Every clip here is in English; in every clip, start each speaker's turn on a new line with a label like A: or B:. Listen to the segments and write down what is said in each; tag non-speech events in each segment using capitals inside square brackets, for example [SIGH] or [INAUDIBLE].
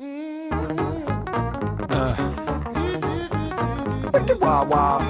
A: Mm-hmm. Uh. Wicked wild, wild.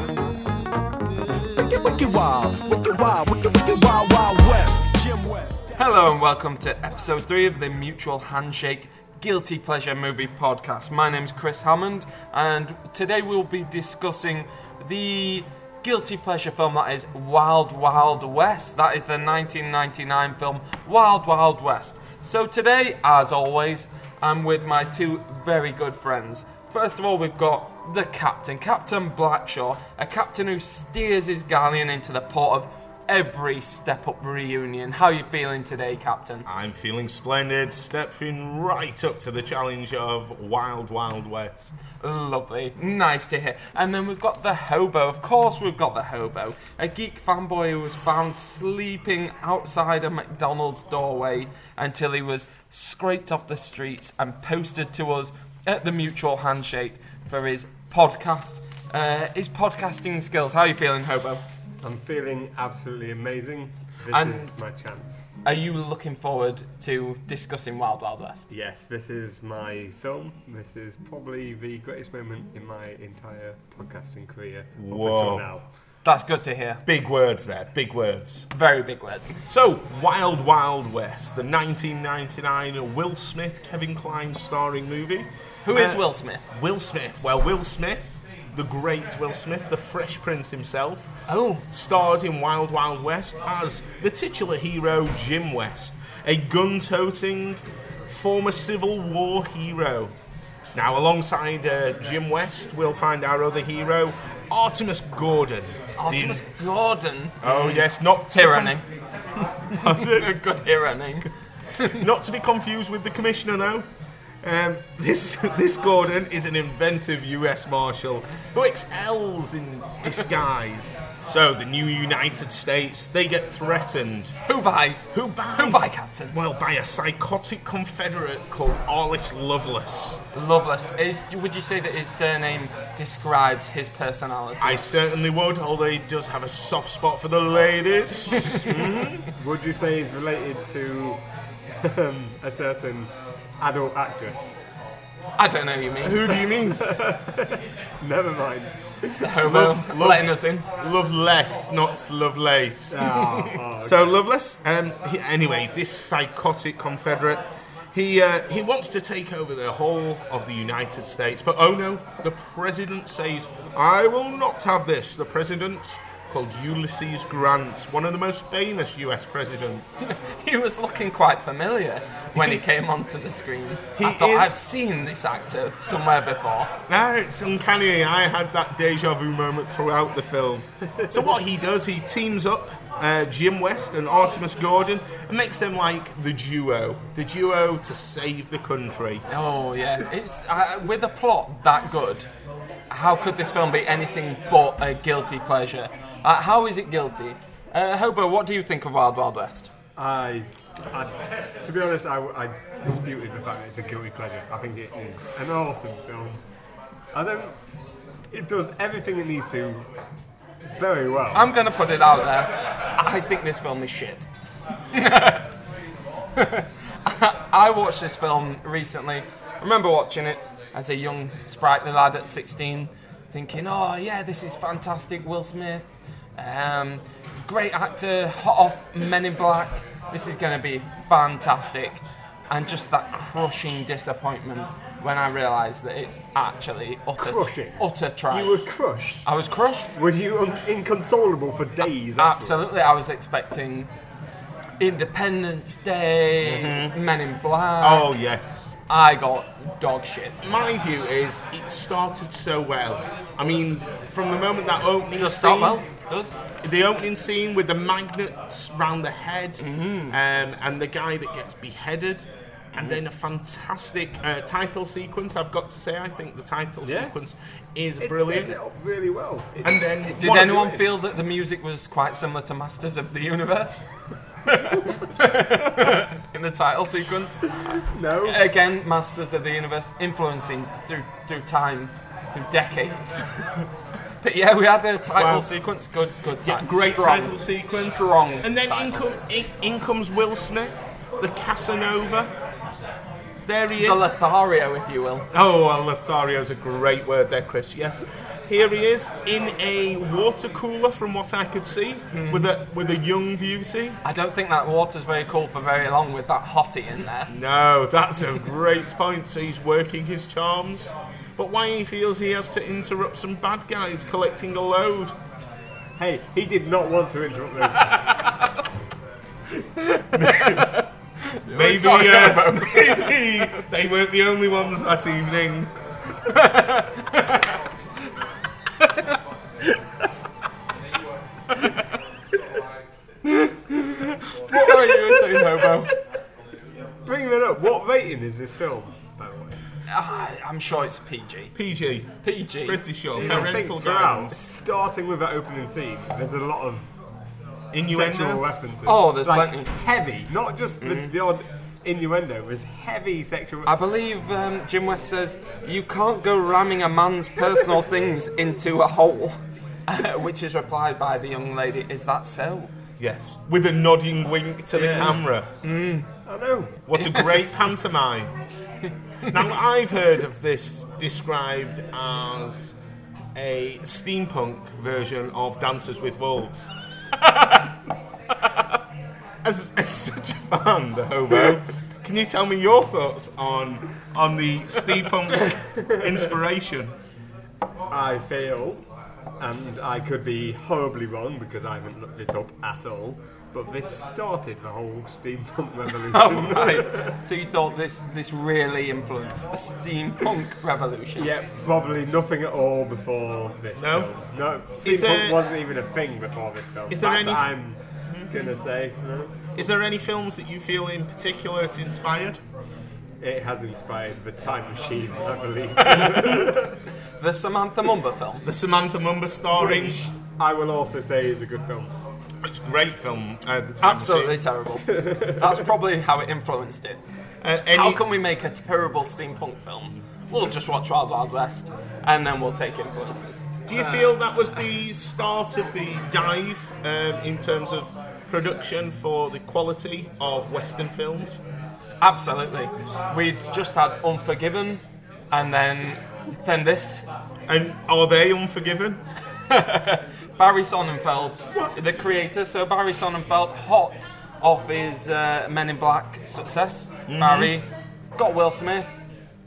A: Wicked, wicked wild. Wicked wild, wicked, wicked wild, wild west. Jim West.
B: Hello and welcome to episode three of the Mutual Handshake Guilty Pleasure Movie Podcast. My name's Chris Hammond, and today we'll be discussing the guilty pleasure film that is Wild Wild West. That is the 1999 film Wild Wild West. So today, as always, I'm with my two very good friends. First of all, we've got the captain, Captain Blackshaw, a captain who steers his galleon into the port of every step up reunion. How you feeling today, Captain?
C: I'm feeling splendid, stepping right up to the challenge of Wild Wild West.
B: Lovely, nice to hear. And then we've got the hobo. Of course, we've got the hobo, a geek fanboy who was found sleeping outside a McDonald's doorway until he was scraped off the streets and posted to us at the Mutual Handshake for his podcast, uh, his podcasting skills. How are you feeling, hobo?
D: I'm feeling absolutely amazing. This
B: And-
D: is my chance.
B: Are you looking forward to discussing Wild Wild West?
D: Yes, this is my film. This is probably the greatest moment in my entire podcasting career up
C: Whoa.
D: until now.
B: That's good to hear.
C: Big words there, big words.
B: Very big words.
C: So, Wild Wild West, the 1999 Will Smith, Kevin Kline starring movie.
B: Who is
C: Uh,
B: Will Smith?
C: Will Smith. Well, Will Smith, the great Will Smith, the Fresh Prince himself,
B: Oh,
C: stars in Wild Wild West as the titular hero Jim West, a gun toting former Civil War hero. Now, alongside uh, Jim West, we'll find our other hero, Artemus Gordon. The-
B: Artemis Gordon.
C: Oh, yes, not to,
B: Tyranny. Good tyranny.
C: [LAUGHS] not to be confused with the commissioner, no. Um, this [LAUGHS] this Gordon is an inventive U.S. Marshal who excels in disguise. So the new United States they get threatened
B: Who by?
C: Who by?
B: Who by, Captain?
C: Well, by a psychotic Confederate called Arliss Lovelace.
B: Loveless. Is, would you say that his surname describes his personality?
C: I certainly would, although he does have a soft spot for the ladies.
D: Would you say is related to um, a certain adult actress?
B: I don't know you mean.
C: [LAUGHS] Who do you mean?
D: Never mind.
B: The homo
C: Love- love-
B: letting us in.
C: Loveless, not Lovelace.
D: Ah, ah,
C: So Loveless. Um, he- anyway, this psychotic Confederate. He, uh, he wants to take over the whole of the United States, but oh no, the president says, I will not have this. The president, called Ulysses Grant, one of the most famous US presidents,
B: He was looking quite familiar when he came onto the screen.
C: He
B: I thought
C: is-
B: I've seen this actor somewhere before.
C: No, Ah, it's uncanny. I had that deja vu moment throughout the film. so what he does, he teams up uh, Jim West and Artemus Gordon and makes them like the duo, the duo to save the country.
B: Oh yeah, it's uh, with a plot that good. How could this film be anything but a guilty pleasure? Uh, how is it guilty? Uh, Hobo, what do you think of Wild Wild West?
D: I, I, to be honest, I, I disputed the fact that it's a guilty pleasure. I think it is an awesome film. I don't. It does everything it needs to very well.
B: I'm gonna put it out there. I think this film is shit. [LAUGHS] I watched this film recently. I remember watching it as a young sprightly lad at 16, thinking, "Oh yeah, this is fantastic. Will Smith, um, great actor, hot off Men in Black. This is gonna be fantastic." And just that crushing disappointment when I realised that it's actually utter
D: Crushing.
B: utter trash.
D: You were crushed.
B: I was crushed.
D: Were you un- inconsolable for days? afterwards?
B: Absolutely, I was expecting Independence Day, Men in Black.
C: Mm-hmm. Oh, yes.
B: I got dog shit.
C: My view is it started so well. I mean, from the moment that opening
B: Does
C: scene,
B: start well? Does?
C: the opening scene with the magnets round the head um, and the guy that gets beheaded and then a fantastic uh, title sequence i've got to say i think the title
D: Yeah.
C: sequence is
D: It
C: brilliant
D: sets it up really well. It-
C: and then
B: Did
C: what-
B: anyone feel that the music was quite similar to Masters of the
C: [LAUGHS]
B: Universe? in the title sequence.
D: no,
B: Again, Masters of the Universe influencing through through time, through
C: [LAUGHS]
B: decades. but yeah, we had a title
C: Wow.
B: sequence. Good, good
C: Yeah,
B: title.
C: great
B: Strong.
C: title sequence
B: Strong.
C: and then in,
B: titles.
C: come, in, in comes will smith the casanova There he
B: The
C: is.
B: Lothario, if you will.
C: Oh, well, Lothario's a great word there, Chris. Yes. Here he is in a water cooler, from what I could see,
D: Hmm.
C: with a with a young beauty.
B: I don't think that water's very cool for very long with that hottie in there.
C: No, that's a great point. So he's working his charms, but why he feels he has to interrupt some bad guys collecting a load.
D: Oh, Hey, he did not want to interrupt
B: [LAUGHS]
D: those.
C: Maybe,
B: sorry,
C: uh, [LAUGHS] maybe they weren't the only ones that evening.
B: [LAUGHS] Sorry, you were saying hobo.
D: Bring it up. What rating is this film, by the way?
B: Ah, I'm sure it's PG.
C: PG,
B: PG.
C: pretty sure.
D: You know, I think
C: Parental
D: throughout,
C: grounds.
D: starting with that opening scene, there's a lot of sexual
C: Innuendo.
D: references.
B: Oh, there's
D: like,
B: plenty. Mm-hmm.
D: Heavy, not just the, the odd innuendo. There's heavy sexual.
B: I believe um, Jim West says you can't go ramming a man's personal things into a hole, [LAUGHS] Uh, which is replied by the young lady. Is that so?
C: Yes, with a nodding wink to the
D: Yeah.
C: camera.
D: I know.
C: What a great pantomime. Now, I've heard of this described as a steampunk version of Dances with Wolves. [LAUGHS] as, as such a fan, the hobo, can you tell me your thoughts on, on the steampunk
B: [LAUGHS]
C: inspiration?
D: I feel, and I could be horribly wrong because I haven't looked this up at all. But this started the whole steampunk [LAUGHS] revolution.
B: Oh, [LAUGHS] right. So you thought this this really influenced the steampunk revolution?
D: Yeah, probably nothing at all before this
C: No?
D: film. No,
C: Is
D: steampunk
C: there-
D: wasn't even a thing before this film.
C: Is there
D: That's
C: any-
D: what I'm gonna say. No?
C: Is there any films that you feel in particular it's inspired?
D: It has inspired the Time Machine, I
C: [LAUGHS]
D: believe.
B: The Samantha Mumba film.
C: The Samantha Mumba starring.
D: Which I will also say is a good film.
C: It's a great film. Uh, the time
B: Absolutely terrible. That's probably how it influenced it.
C: Uh, any-
B: How can we make a terrible steampunk film? We'll just watch Wild Wild West, and then we'll take influences.
C: Do you feel that was the start of the dive um, in terms of production for the quality of Western films?
B: Absolutely. We'd just had Unforgiven, and then then this
C: And are they unforgiven?
B: Barry Sonnenfeld, the creator. So Barry Sonnenfeld, hot off his uh, Men in Black success.
D: Mm-hmm.
B: Barry got Will Smith,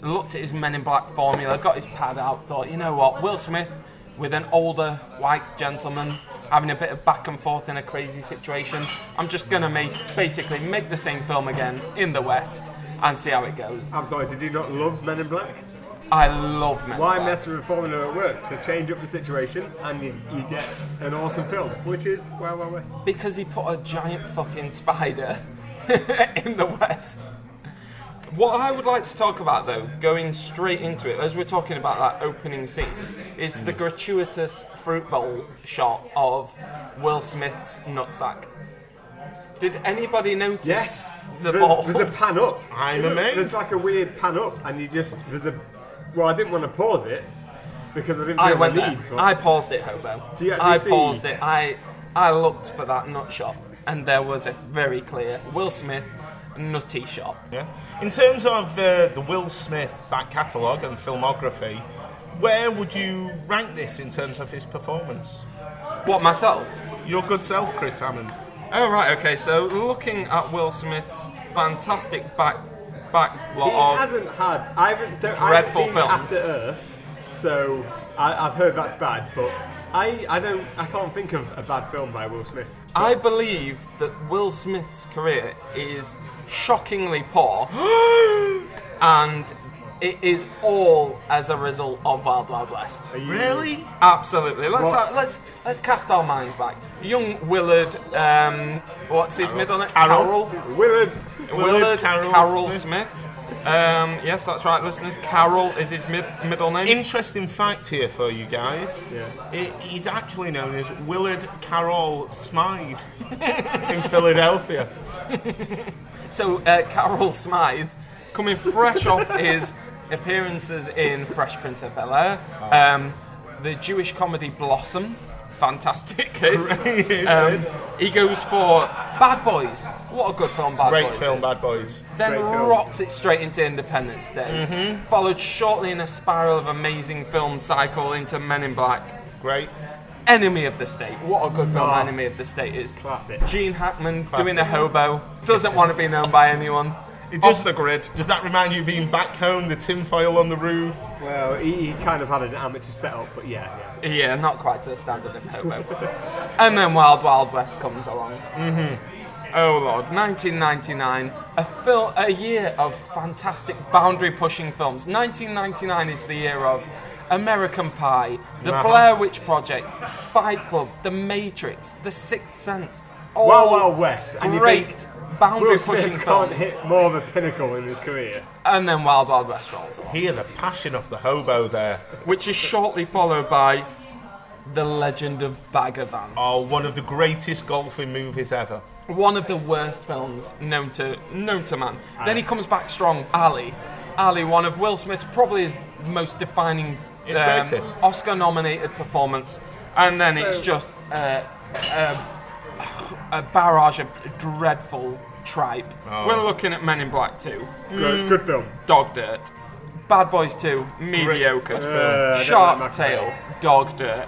B: looked at his Men in Black formula, got his pad out, thought, you know what, Will Smith with an older white gentleman having a bit of back and forth in a crazy situation. I'm just gonna make, basically make the same film again in the West and see how it goes.
D: I'm sorry, did you not love Men in Black?
B: I love Men. in
D: Why
B: Black.
D: mess with a formula at work? So change up the situation and you, you get an awesome film, which is Wild Wild West.
B: Because he put a giant fucking spider [LAUGHS] in the West. What I would like to talk about, though, going straight into it, as we're talking about that opening scene, is the gratuitous fruit bowl shot of Will Smith's nutsack. Did anybody notice
D: Yes!
B: the
D: there's,
B: ball?
D: there's a pan up.
C: I'm
D: There's a-
C: amazed.
D: There's like a weird pan up and you just, there's a, well, I didn't want to pause it because I didn't
B: [LAUGHS]
D: feel
B: I went
D: the
B: there.
D: need. but-
B: I paused it, hobo.
D: Do you actually
B: I
D: see-
B: paused it. I I looked for that nut shot, and there was a very clear Will Smith nutty shot.
C: Yeah. In terms of uh, the Will Smith back catalogue and filmography, where would you rank this in terms of his performance?
B: What myself?
C: Your good self, Chris Hammond.
B: Oh right, okay. So looking at Will Smith's fantastic back back
D: He
B: lot of
D: hasn't had. I haven't. Don't, I haven't
B: dreadful
D: seen
B: films.
D: After Earth, so I, I've heard that's bad. But I, I don't. I can't think of a bad film by Will Smith.
B: I believe that Will Smith's career is shockingly poor, and it is all as a result of Wild Wild West.
D: Are you-
C: Really?
B: Absolutely. Let's
D: What?
B: let's let's cast our minds back. Young Willard, um, what's his middle name?
C: Carroll.
B: Carroll.
D: Willard.
B: Willard Carroll,
C: Carroll
B: Smith.
C: Smith.
B: Um, yes, that's right, listeners. Carroll is his mid- middle name.
C: Interesting fact here for you guys.
D: Yeah.
C: It, he's actually known as Willard Carroll Smythe [LAUGHS] in Philadelphia. [LAUGHS]
B: So uh, Carol Smythe, coming fresh
C: [LAUGHS]
B: off his appearances in Fresh Prince of Bel Air, um, the Jewish comedy Blossom,
C: [LAUGHS]
B: fantastic kid.
C: He
B: Um,
C: is.
B: he goes for Bad Boys. What a good film, Bad
C: Great
B: Boys.
C: film,
B: is.
C: Bad Boys. Mm-hmm.
B: Then
D: Great film.
B: rocks it straight into Independence Day. Followed shortly in a spiral of amazing film cycle into Men in Black.
C: Great.
B: Enemy of the State. What a good film
D: Oh.
B: Enemy of the State is.
D: Classic.
B: Gene Hackman
C: Classic.
B: doing a hobo. Doesn't want to be known by anyone.
C: It
B: Off
C: just-
B: the grid.
C: Does that remind you of being back home, the tinfoil on the roof?
D: Well, he, he kind of had an amateur setup, but yeah, yeah.
B: Yeah, not quite to the standard of hobo. [LAUGHS] and then Wild Wild West comes along. Mm-hmm. Oh lord, 1999, a film, a year of fantastic boundary pushing films. 1999 is the year of American Pie, The
C: Uh-huh.
B: Blair Witch Project, Fight Club, The Matrix, The Sixth Sense. All
D: Wild Wild West, and you
B: Great boundary
D: Will Smith
B: pushing
D: can't
B: films.
D: hit more of a pinnacle in his career.
B: And then Wild Wild West rolls along.
C: Hear the passion of the hobo there.
B: which is shortly followed by The Legend of Bagger Vance.
C: Oh, one of the greatest golfing movies ever.
B: One of the worst films known to known to man. Then he comes back strong, Ali. Ali, one of Will Smith's probably his most defining
C: His greatest.
B: Oscar nominated performance. And then it's
D: So-
B: just uh, a, a barrage of dreadful tripe. We're looking at Men in Black 2,
D: Good,
B: Mm.
D: good film.
B: Dog Dirt. Bad Boys 2, mediocre.
D: Uh, I don't
B: Shark
D: like
B: Tale,
D: Mackerel.
B: Dog Dirt.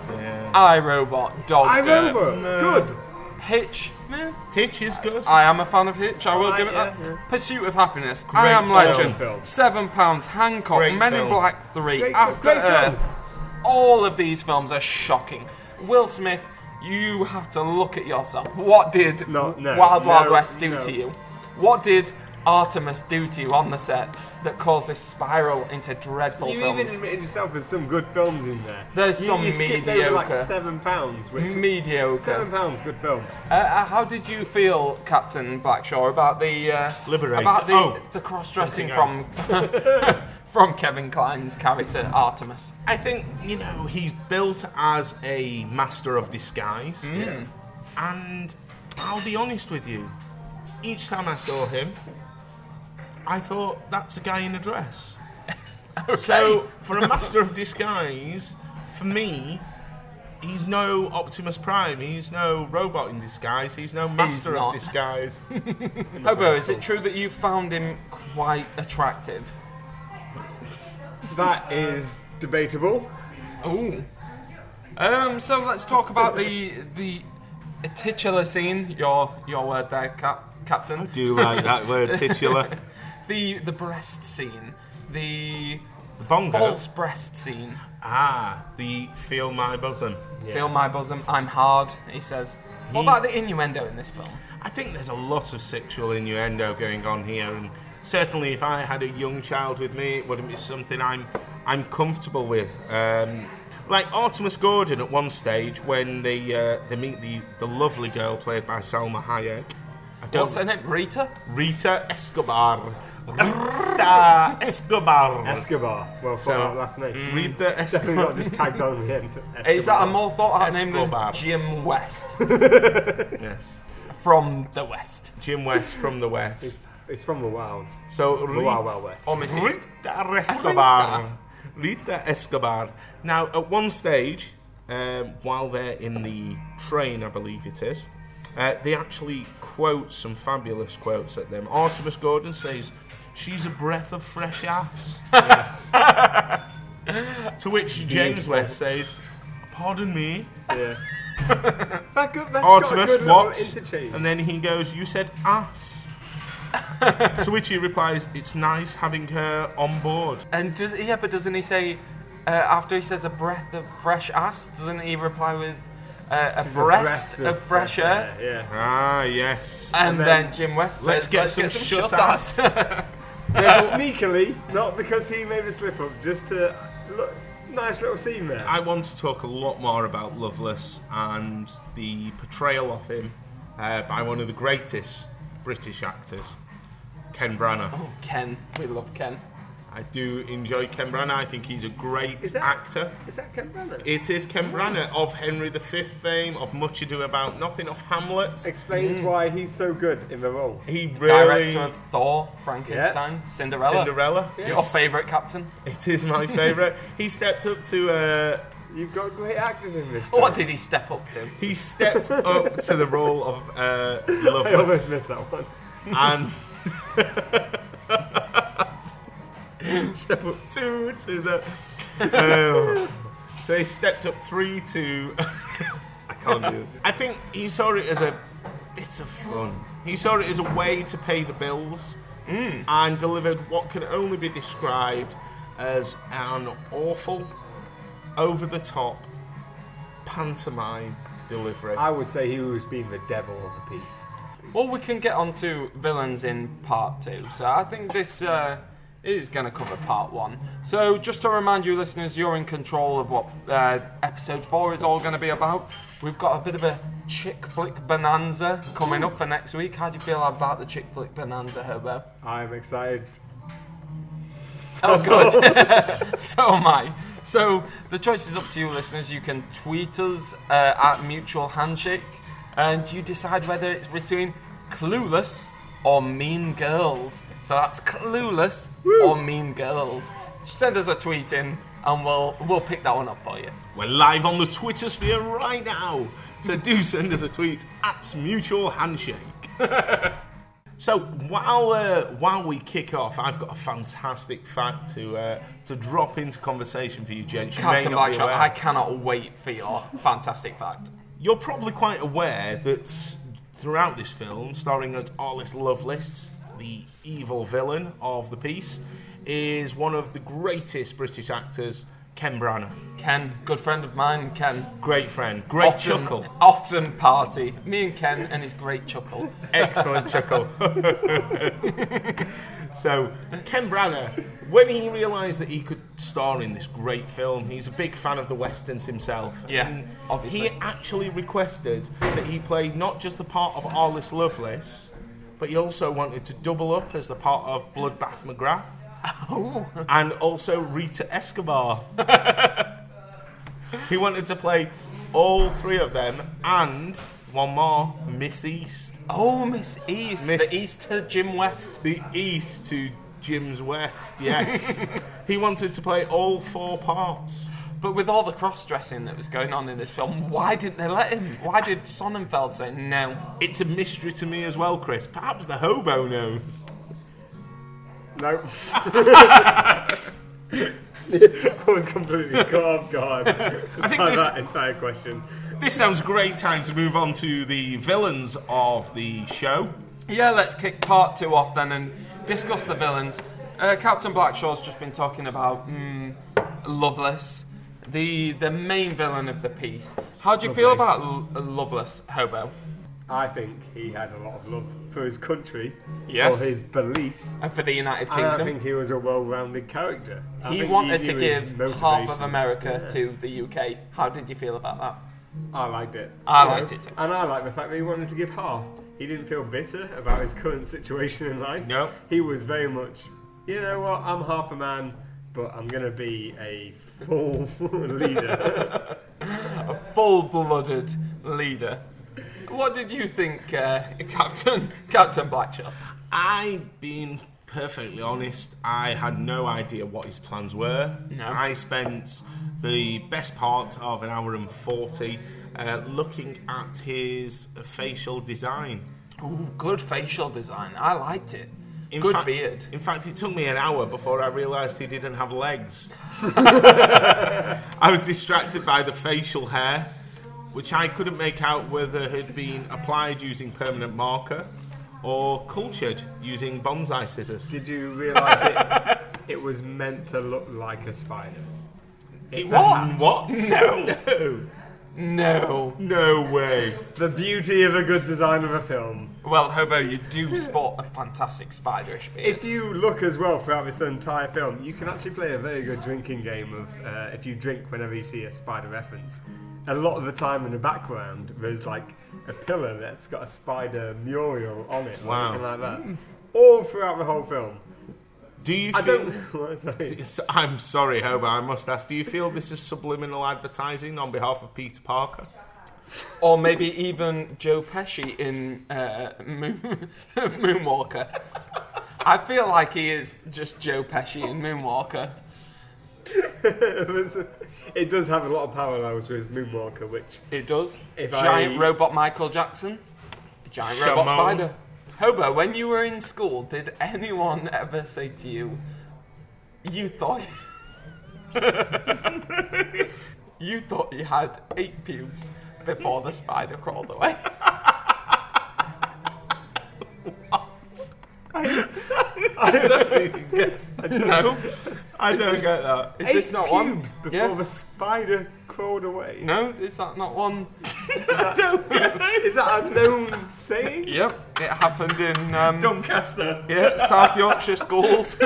B: I Robot, Dog
D: I
B: Dirt.
D: Robot, good.
B: Hitch. meh.
C: Hitch is good.
B: I am a fan of Hitch. I will
D: Alright,
B: give it that.
D: yeah, yeah.
B: Pursuit of Happiness. I am
C: film.
B: Legend.
D: Awesome film.
B: Seven Pounds. Hancock.
C: Great
B: Men
C: film.
B: in Black Three.
D: Great,
B: After
D: great
B: Earth.
D: films.
B: All of these films are shocking. Will Smith, you have to look at yourself. What did
D: No, no,
B: Wild Wild
D: no,
B: West do
D: no.
B: to you? What did Artemis do to you on the set that caused this spiral into dreadful
D: You
B: films?
D: even admitted yourself there's some good films in there.
B: There's
D: you,
B: some
D: you skipped over like
B: mediocre.
D: seven pounds, which
B: Mediocre.
D: seven pounds, good film.
B: Uh, Uh, how did you feel, Captain Blackshaw, about the uh,
C: Liberator.
B: about the,
C: Oh,
B: the cross-dressing from
C: something
B: [LAUGHS] from Kevin Klein's character Artemis?
C: I think, you know, he's built as a master of disguise.
B: Mm.
C: And I'll be honest with you, each time I saw him, I thought, that's a guy in
B: [LAUGHS]
C: a dress. So, for a master of disguise, for me, he's no Optimus Prime, he's no robot in disguise, he's no master
B: not.
C: of disguise.
B: Hobo, is it true that you found him quite attractive?
D: That is debatable.
B: Ooh. Um. So let's talk about the the titular scene. Your your word there, Cap, Captain.
C: do like that word, [LAUGHS] titular.
B: The the breast scene. The
C: The bongo.
B: false breast scene.
C: Ah, the feel my bosom.
B: Feel my bosom. I'm hard. He says. What
C: He-
B: about the innuendo in this film?
C: I think there's a lot of sexual innuendo going on here, and certainly if I had a young child with me, it wouldn't be something I'm I'm comfortable with. Um, like Artemis Gordon at one stage when they uh, they meet the the lovely girl played by Salma Hayek. I don't
B: What's her name? Rita?
C: Rita
D: [LAUGHS]
C: Escobar. Rita Escobar.
D: Escobar. Well,
C: So-
D: so, that last name.
C: Rita
D: [LAUGHS] Definitely
C: Escobar.
D: not just tagged on at the end. Escobar.
B: mm. [LAUGHS] Is that a more thought out name than
C: Escobar.
B: Jim West
C: [LAUGHS] Yes.
B: from the West?
C: Jim West from the West.
D: It's from the Wild,
C: So
D: the
C: Rita,
D: Wild Wild West.
B: Or Mrs.
C: Rita Escobar. Rita Escobar. Now, at one stage, um, while they're in the train, I believe it is, uh, they actually quote some fabulous quotes at them. Artemis Gordon says, She's a breath of fresh ass.
D: Yes.
C: [LAUGHS] to which James West says, Pardon me,
B: [LAUGHS]
D: yeah. that good,
C: Artemis,
D: that's got a good
C: what?
D: little interchange.
C: And then he goes, You said [LAUGHS] ass. to which he replies, It's nice having her on board.
B: And does yeah, but doesn't he say uh, after he says a breath of fresh ass? Doesn't he reply with uh, a
D: She's the
B: breast
D: breast
B: of fresh air?
D: Yeah.
C: Ah, yes.
B: And,
D: And
B: then,
D: then
B: Jim West says,
C: Let's get some shut ass." [LAUGHS]
D: They're [LAUGHS] sneakily, not because he made a slip up, just to look nice little scene there.
C: I want to talk a lot more about Lovelace and the portrayal of him uh, by one of the greatest British actors, Ken Branagh.
B: oh, Ken, we love Ken.
C: I do enjoy Ken Branagh. I think he's a great
D: Is that-
C: actor.
D: Is that Ken Branagh?
C: It is Ken Branagh of Henry V fame, of Much Ado About Nothing, of Hamlet.
D: Explains
C: Mm.
D: why he's so good in the role.
C: He really
B: Director of Thor, Frankenstein, Cinderella.
C: Cinderella.
B: Your favourite captain?
C: It is my favourite. he stepped up to uh,
D: You've got great actors in
C: [LAUGHS]
D: this.
B: What did he step up to?
C: He stepped up to the role of uh,
D: I almost
C: Lovelace
D: missed that one.
C: and [LAUGHS] step up two to the. Oh. so he stepped up three to. I can't do it. I think he saw it as a bit of fun. He saw it as a way to pay the bills and delivered what can only be described as an awful, over the top pantomime delivery.
D: [LAUGHS] I would say he was being the devil of the piece.
B: Well, we can get on to villains in part two. So I think this uh, is going to cover part one. So just to remind you, listeners, you're in control of what uh, episode four is all going to be about. We've got a bit of a chick flick bonanza coming up for next week. How do you feel about the chick flick bonanza, Herbo?
D: I'm excited.
B: Oh,
C: [LAUGHS]
B: good. so am I. So the choice is up to you, listeners. You can tweet us uh, at Mutual Handshake, and you decide whether it's between Clueless or Mean Girls. So that's Clueless or Mean Girls. Send us a tweet in, and we'll we'll pick that one up for you.
C: We're live on the Twitter sphere right now, so do send us a tweet at Mutual Handshake. [LAUGHS] so while uh, while we kick off, I've got a fantastic fact to uh, to drop into conversation for you, gents. You may
B: Captain
C: not be
B: Blackshot,
C: aware.
B: I cannot wait for your fantastic fact.
C: You're probably quite aware that s- throughout this film, starring at Arliss Lovelace, the evil villain of the piece, is one of the greatest British actors, Ken Branagh.
B: Ken, good friend of mine, Ken.
C: Great friend, great
B: often,
C: chuckle.
B: Often party. Me and Ken and his great chuckle.
C: Excellent chuckle. [LAUGHS] so, Ken Branagh, when he realised that he could star in this great film, he's a big fan of the westerns himself.
B: Yeah, obviously.
C: He actually requested that he play not just the part of Arliss Lovelace, but he also wanted to double up as the part of Bloodbath McGrath.
B: [LAUGHS]
C: And also Rita Escobar. [LAUGHS] he wanted to play all three of them and one more, Miss East.
B: Oh, Miss East,
C: Miss-
B: the Easter Jim West.
C: the east to Jim's west. Yes, he wanted to play all four parts.
B: But with all the cross dressing that was going on in this film, why didn't they let him? Why did Sonnenfeld say no?
C: It's a mystery to me as well, Chris. Perhaps the hobo knows.
D: No. [LAUGHS] I was completely calm
C: [LAUGHS]
D: guard
C: I
D: [LAUGHS]
C: think
D: by
C: this-
D: that entire question.
C: This sounds a great time to move on to the villains of the show.
B: Yeah, let's kick part two off then and discuss the villains. Uh, Captain Blackshaw's just been talking about mm, Loveless, the the main villain of the piece. How do you feel
D: Lovelace.
B: about L- Loveless, Hobo?
D: I think he had a lot of love for his country,
B: Yes.
D: for his beliefs,
B: And uh, for the United
D: and I think
B: Kingdom,
D: he was a well-rounded character. I
B: he
D: think
B: wanted to
D: knew his
B: give half
D: motivations.
B: of America to the UK. How did you feel about that?
D: I liked it.
B: I liked it too.
D: And I like the fact that he wanted to give half. He didn't feel bitter about his current situation in life.
C: No.
D: He was very much, you know what, I'm half a man, but I'm going to be a full [LAUGHS]
B: [LAUGHS]
D: leader.
B: full-blooded leader. What did you think, uh, Captain [LAUGHS] Captain Blackshaw?
C: I, being perfectly honest, I had no idea what his plans were.
B: No.
C: I spent the best part of an hour and 40 uh, looking at his facial design.
B: Ooh, good facial design. I liked it.
C: In
B: good
C: fact-
B: beard.
C: In fact, it took me an hour before I realised he didn't have legs. I was distracted by the facial hair, which I couldn't make out whether had been applied using permanent marker or cultured using bonsai scissors.
D: Did you realise it? [LAUGHS] It was meant to look like a spider. [LAUGHS]
C: It
B: What?
C: What? No.
B: No.
C: no way.
D: The beauty of a good design of a film.
B: Well, Hobo, you do spot a fantastic spiderish beard.
D: If you look as well throughout this entire film, you can actually play a very good drinking game of uh, if you drink whenever you see a spider reference. A lot of the time in the background, there's like a pillar that's got a spider mural on it,
C: Wow.
D: or something like that. All throughout the whole film.
C: Do you
D: I
C: feel?
D: don't. [LAUGHS] what was I saying?
C: Yes, I'm sorry, Hobo. I must ask. Do you feel this is subliminal advertising on behalf of Peter Parker?
B: or maybe even Joe Pesci in uh, Moon- [LAUGHS] Moonwalker. I feel like he is just Joe Pesci in Moonwalker.
D: it does have a lot of parallels with Moonwalker, which
B: It does.
D: If
B: giant
D: I-
B: robot Michael Jackson. Giant robot
C: Shamone.
B: spider. Hobo, when you were in school, did anyone ever say to you, you thought. [LAUGHS] you thought you had eight pubes before the spider crawled away?
C: no, [LAUGHS] [LAUGHS] I don't
B: is-
C: get that.
B: Is
D: eight
B: this not one?
D: cubes before
B: Yeah.
D: the spider crawled away.
B: No, is that not one?
D: [LAUGHS] Is that a known saying?
B: Yep, it happened in um,
C: Doncaster.
B: yeah, South Yorkshire schools.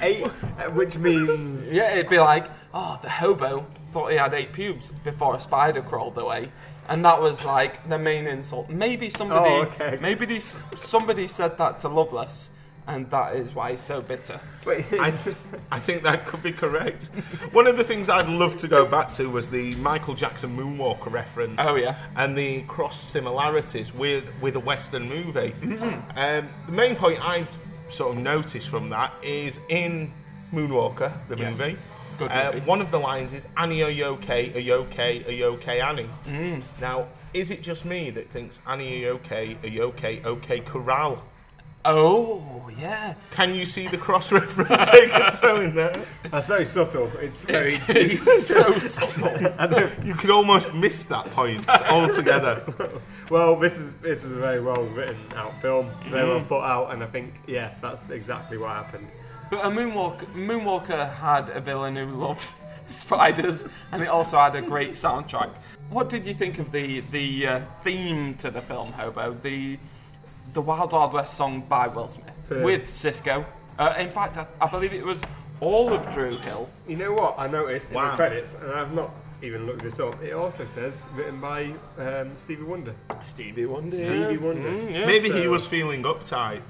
D: Eight, uh, which means
B: Yeah, it'd be like, oh, the hobo thought he had eight pubes before a spider crawled away, and that was like the main insult. Maybe somebody,
D: Oh, okay.
B: maybe these- somebody said that to Lovelace, and that is why he's so bitter.
D: wait,
C: I, th- I think that could be correct. One of the things I'd love to go back to was the Michael Jackson Moonwalker reference.
B: Oh, yeah.
C: and the cross similarities with with a Western movie.
B: Mm-hmm.
C: Um, the main point I sort of noticed from that is in Moonwalker, the
B: Yes.
C: movie. uh,
B: Good movie.
C: one of the lines is Annie, are you okay? Are you okay? Are you okay, Annie?
B: Mm.
C: Now, is it just me that thinks Annie, are you okay? Are you okay? Okay, corral.
B: Oh yeah,
C: Can you see the cross [LAUGHS] reference they could throw in there?
D: that's very subtle. It's very.
B: [LAUGHS] it's,
D: [LAUGHS]
B: it's so subtle.
D: I don't-
C: You could almost miss that
D: [LAUGHS]
C: point altogether.
D: well, this is this is a very well written out film. Very well thought out, and I think yeah, that's exactly what happened.
B: But a moonwalker, moonwalker had a villain who loved [LAUGHS] spiders, and it also had a great soundtrack. What did you think of the the uh, theme to the film, Hobo? The the Wild Wild West song by Will Smith
D: Yeah.
B: with Cisco. Uh, in fact, I, I believe it was all of Drew Hill.
D: You know what? I noticed in
C: Wow.
D: the credits, and I've not even looked this up. It also says written by um, Stevie Wonder.
B: Stevie Wonder.
D: Stevie Wonder.
C: Maybe he
D: So-
C: was feeling uptight.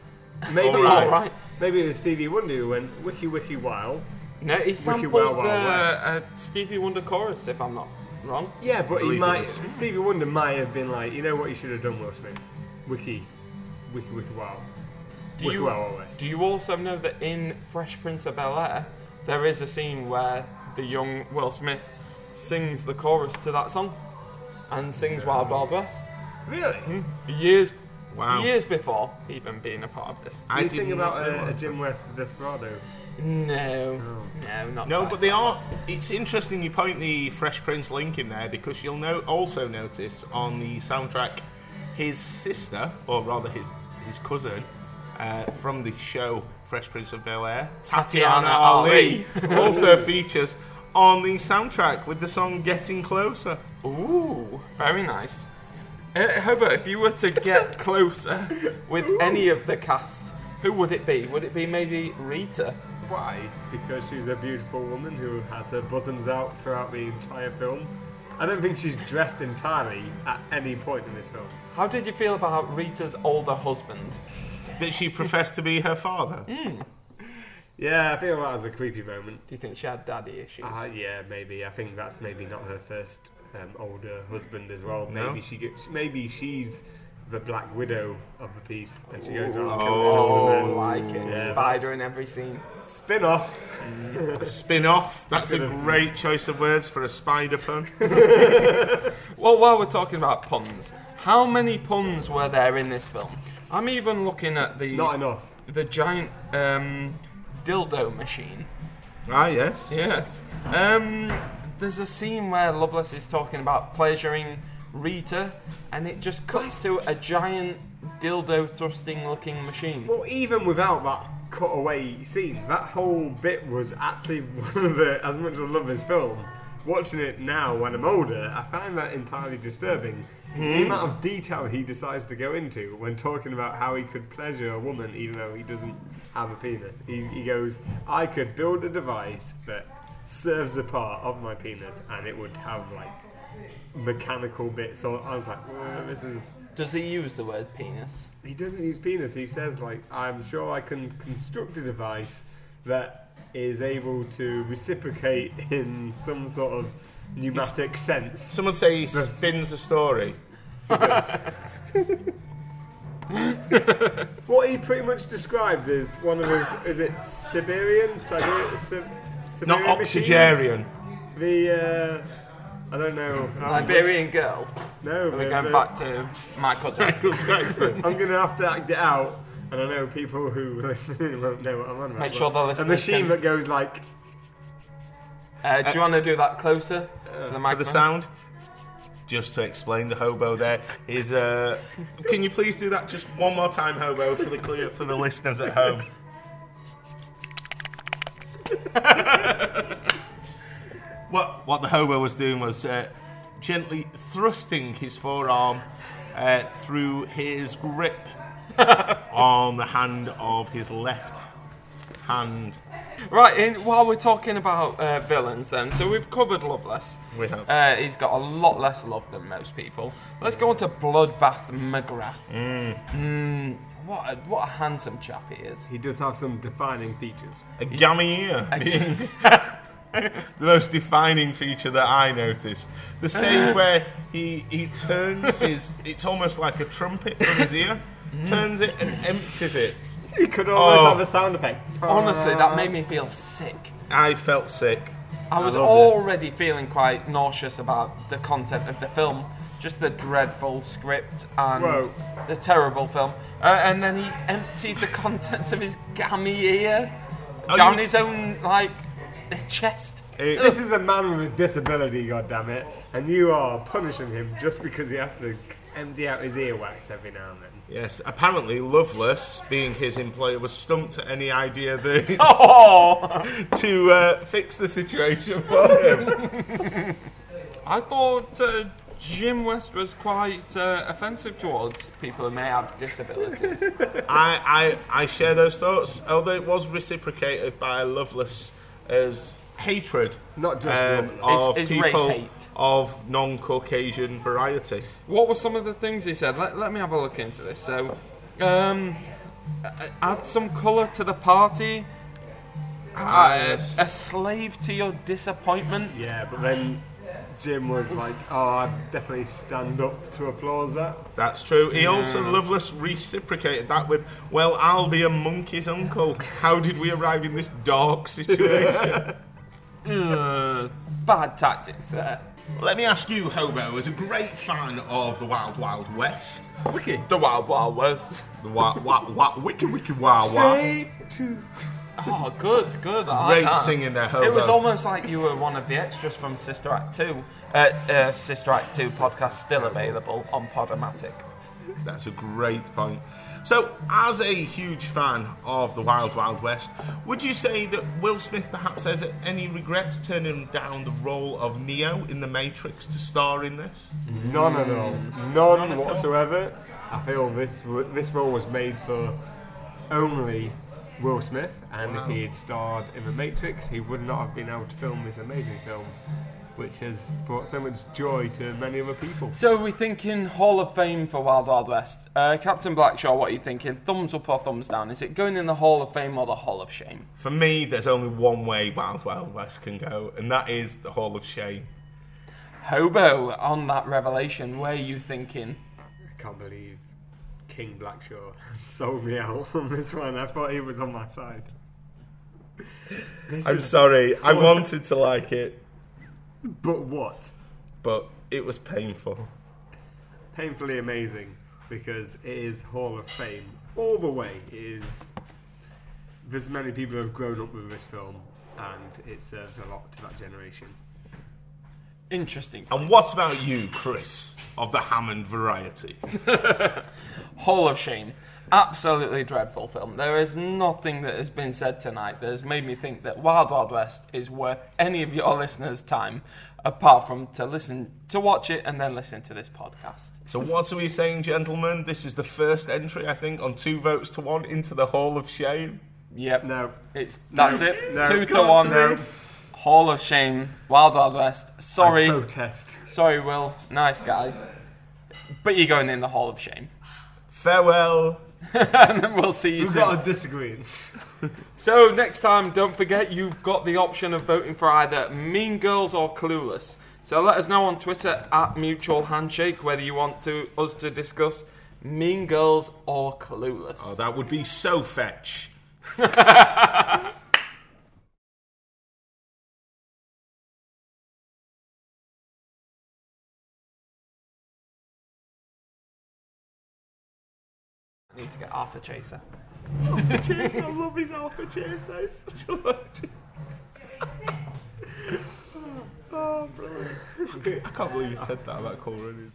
D: Maybe it
C: Alright.
D: was- maybe it was Stevie Wonder who went wiki wiki wow.
B: No, he sampled
D: Wild Wild
B: uh, a Stevie Wonder chorus, if I'm not wrong.
D: Yeah, but he
C: Believe it
D: might.
C: was.
D: Stevie Wonder might have been like, you know what, you should have done, Will Smith, wiki, wiki wiki wow.
B: Do
D: Wicked
B: you,
D: Wild Wild West.
B: do you also know that in Fresh Prince of Bel Air, there is a scene where the young Will Smith sings the chorus to that song and sings Wild Wild West?
D: Really?
B: Years,
C: Wow.
B: years before even being a part of this.
D: Do
C: I
D: you sing
C: didn't
D: about
C: know
D: uh, a
C: that.
D: Jim West Desperado?
B: No, no, not
C: No,
B: quite.
C: but they are. It's interesting you point the Fresh Prince link in there because you'll no, also notice on the soundtrack his sister, or rather his his cousin, uh, from the show Fresh Prince of Bel Air,
B: Tatiana Ali.
C: [LAUGHS] also features on the soundtrack with the song "Getting Closer."
B: Ooh, very nice. Uh, Hobo, if you were to get closer
C: [LAUGHS]
B: with any of the cast, who would it be? Would it be maybe Rita?
D: Why? Because she's a beautiful woman who has her bosoms out throughout the entire film. I don't think she's dressed entirely at any point in this film.
B: How did you feel about Rita's older husband?
C: That she professed to be her father.
D: Yeah, I feel that was a creepy moment.
B: Do you think she had daddy issues?
D: Uh, yeah, maybe. I think that's maybe not her first um, older husband as well.
C: No?
D: Maybe she gets. Maybe she's the Black Widow of the piece, and she goes around killing all the
B: oh,
D: men.
B: like it.
D: Yeah.
B: Spider in every scene.
D: Spin off.
C: A spin-off. That's a
D: Could've-
C: great choice of words for a spider pun.
B: Well, while we're talking about puns, how many puns were there in this film? I'm even looking at the
D: Not enough.
B: the giant um, dildo machine.
C: [LAUGHS] ah, yes.
B: Yes. Um, there's a scene where Lovelace is talking about pleasuring Rita, and it just cuts to a giant dildo thrusting looking machine.
D: Well, even without that cutaway scene, that whole bit was actually [LAUGHS] one of the. As much as I love this film, watching it now when I'm older, I find that entirely disturbing. The amount of detail he decides to go into when talking about how he could pleasure a woman, even though he doesn't have a penis. He, he goes, "I could build a device that serves a part of my penis, and it would have like." Mechanical bits, so I was like, "Whoa, "This is
B: Does he use the word penis?
D: he doesn't use penis. He says like, "I'm sure I can construct a device that is able to reciprocate in some sort of pneumatic sense."
C: Someone say he spins a story.
D: What he pretty much describes is one of his. Is it Siberian? Siberian, Sib,
C: Not
D: Siberian
C: [LAUGHS]
D: machines?
C: Oxygerian.
D: The. Uh, I don't know. how much-
B: Liberian girl.
D: No,
B: We're
D: but,
B: going
D: but
B: back to Michael Jackson.
C: [LAUGHS] Jackson.
D: I'm gonna have to act it out, and I know people who [LAUGHS] listen won't know what I'm on about.
B: Make sure
D: but
B: the listeners
D: A machine
B: can-
D: that goes like.
B: Uh, do you want to do that closer to the
C: For the
B: microphone?
C: sound, just to explain the hobo there is. Uh, can you please do that just one more time, hobo, for the clear for the listeners at home? [LAUGHS] what what the hobo was doing was uh, gently thrusting his forearm uh, through his grip [LAUGHS] on the hand of his left hand.
B: Right, in, while we're talking about uh, villains, then, so we've covered Loveless.
C: We have.
B: Uh, he's got a lot less love than most people. Let's go on to Bloodbath McGrath. Mm. what, a, what a handsome chap he is.
D: He does have some defining features.
C: A gammy ear [LAUGHS] being the most defining feature that I noticed. The stage where he he turns his it's almost like a trumpet from his ear, turns it and empties it.
D: He could almost
C: Oh.
D: have a sound effect.
B: Honestly, that made me feel sick.
C: I felt sick.
B: I was
D: loved it.
B: already feeling quite nauseous about the content of the film, just the dreadful script and
D: Whoa.
B: the terrible film. Uh, and then he emptied the [LAUGHS] contents of his gammy ear
C: Oh,
B: down
C: you-
B: his own like chest. [LAUGHS]
C: It-
D: This is a man with a disability, goddammit, and you are punishing him just because he has to empty out his earwax every now and then.
C: Yes, apparently Loveless, being his employer, was stumped at any idea that,
B: Oh,
C: [LAUGHS] to uh, fix the situation for him.
B: [LAUGHS] I thought uh, Jim West was quite uh, offensive towards people who may have [LAUGHS] disabilities.
C: I, I I share those thoughts, although it was reciprocated by Loveless as hatred um,
D: Not just Loveless.
C: of
B: It's- it's race
C: people
B: hate.
C: of non-Caucasian variety.
B: What were some of the things he said? Let, let me have a look into this. So, um, uh, add some colour to the party.
D: Ah,
B: Uh,
C: yes.
B: a slave to your disappointment.
D: Yeah, but then Jim was like, oh, I'd definitely stand up to applause that.
C: That's true. He also Loveless reciprocated that with, "Well, I'll be a monkey's uncle. How did we arrive in this dark situation?"
D: [LAUGHS]
B: Ugh, bad tactics there.
C: Let me ask you, Hobo, as a great fan of the Wild Wild West,
D: Wiki.
B: The Wild Wild West.
C: the wa wa wa wicked wicked wild wild.
D: Straight to.
B: Oh, good, good. I like
C: Great
B: that.
C: singing there, Hobo.
B: It was almost like you were one of the extras from Sister Act 2. Uh, uh, Sister Act 2 podcast still available on Podomatic.
C: That's a great point. So, as a huge fan of the Wild Wild West, would you say that Will Smith perhaps has any regrets turning down the role of Neo in The Matrix to star in this?
D: None at all.
C: at
D: None
C: all.
D: whatsoever. I feel this w- this role was made for only Will Smith, and if he had starred in The Matrix, he would not have been able to film this amazing film, which has brought so much joy to many other people.
B: So we're thinking Hall of Fame for Wild Wild West. Uh, Captain Blackshaw, what are you thinking? Thumbs up or thumbs down? Is it going in the Hall of Fame or the Hall of Shame?
C: For me, there's only one way Wild Wild West can go, and that is the Hall of Shame.
B: Hobo, on that revelation, where are you thinking?
D: I can't believe King Blackshaw [LAUGHS] sold me out on this one. I thought he was on my side. This
C: I'm
D: is-
C: sorry, I wanted to like it,
D: but what?
C: but it was painful.
D: painfully amazing because it is Hall of Fame all the way. It is there's many people who have grown up with this film, and it serves a lot to that generation.
B: Interesting.
C: And what about you, Chris, of the Hammond variety?
B: Hall of Shame. Absolutely dreadful film. There is nothing that has been said tonight that has made me think that Wild Wild West is worth any of your listeners' time apart from to listen, to watch it and then listen to this podcast.
C: So what are we saying, gentlemen? This is the first entry, I think, on two votes to one into the Hall of Shame.
B: Yep.
D: No,
B: It's that's
D: No.
B: it.
D: No.
B: Two to
D: Come
B: one.
D: on, no.
B: Hall of Shame. Wild Wild West.
D: I
B: Sorry,
D: protest.
B: sorry, Will. Nice guy, but you're going in the Hall of Shame, [LAUGHS]
C: Farewell.
B: and then we'll see you
D: We've
B: soon.
D: got our disagreements.
B: So next time, don't forget you've got the option of voting for either Mean Girls or Clueless. So let us know on Twitter at Mutual Handshake whether you want to us to discuss Mean Girls or Clueless?
C: Oh, that would be so fetch.
B: I need to get Arthur Chaser.
C: Yes, I love his alpha chaser. It's such a legend. oh, brilliant. I can't believe you said that about Cole Runners.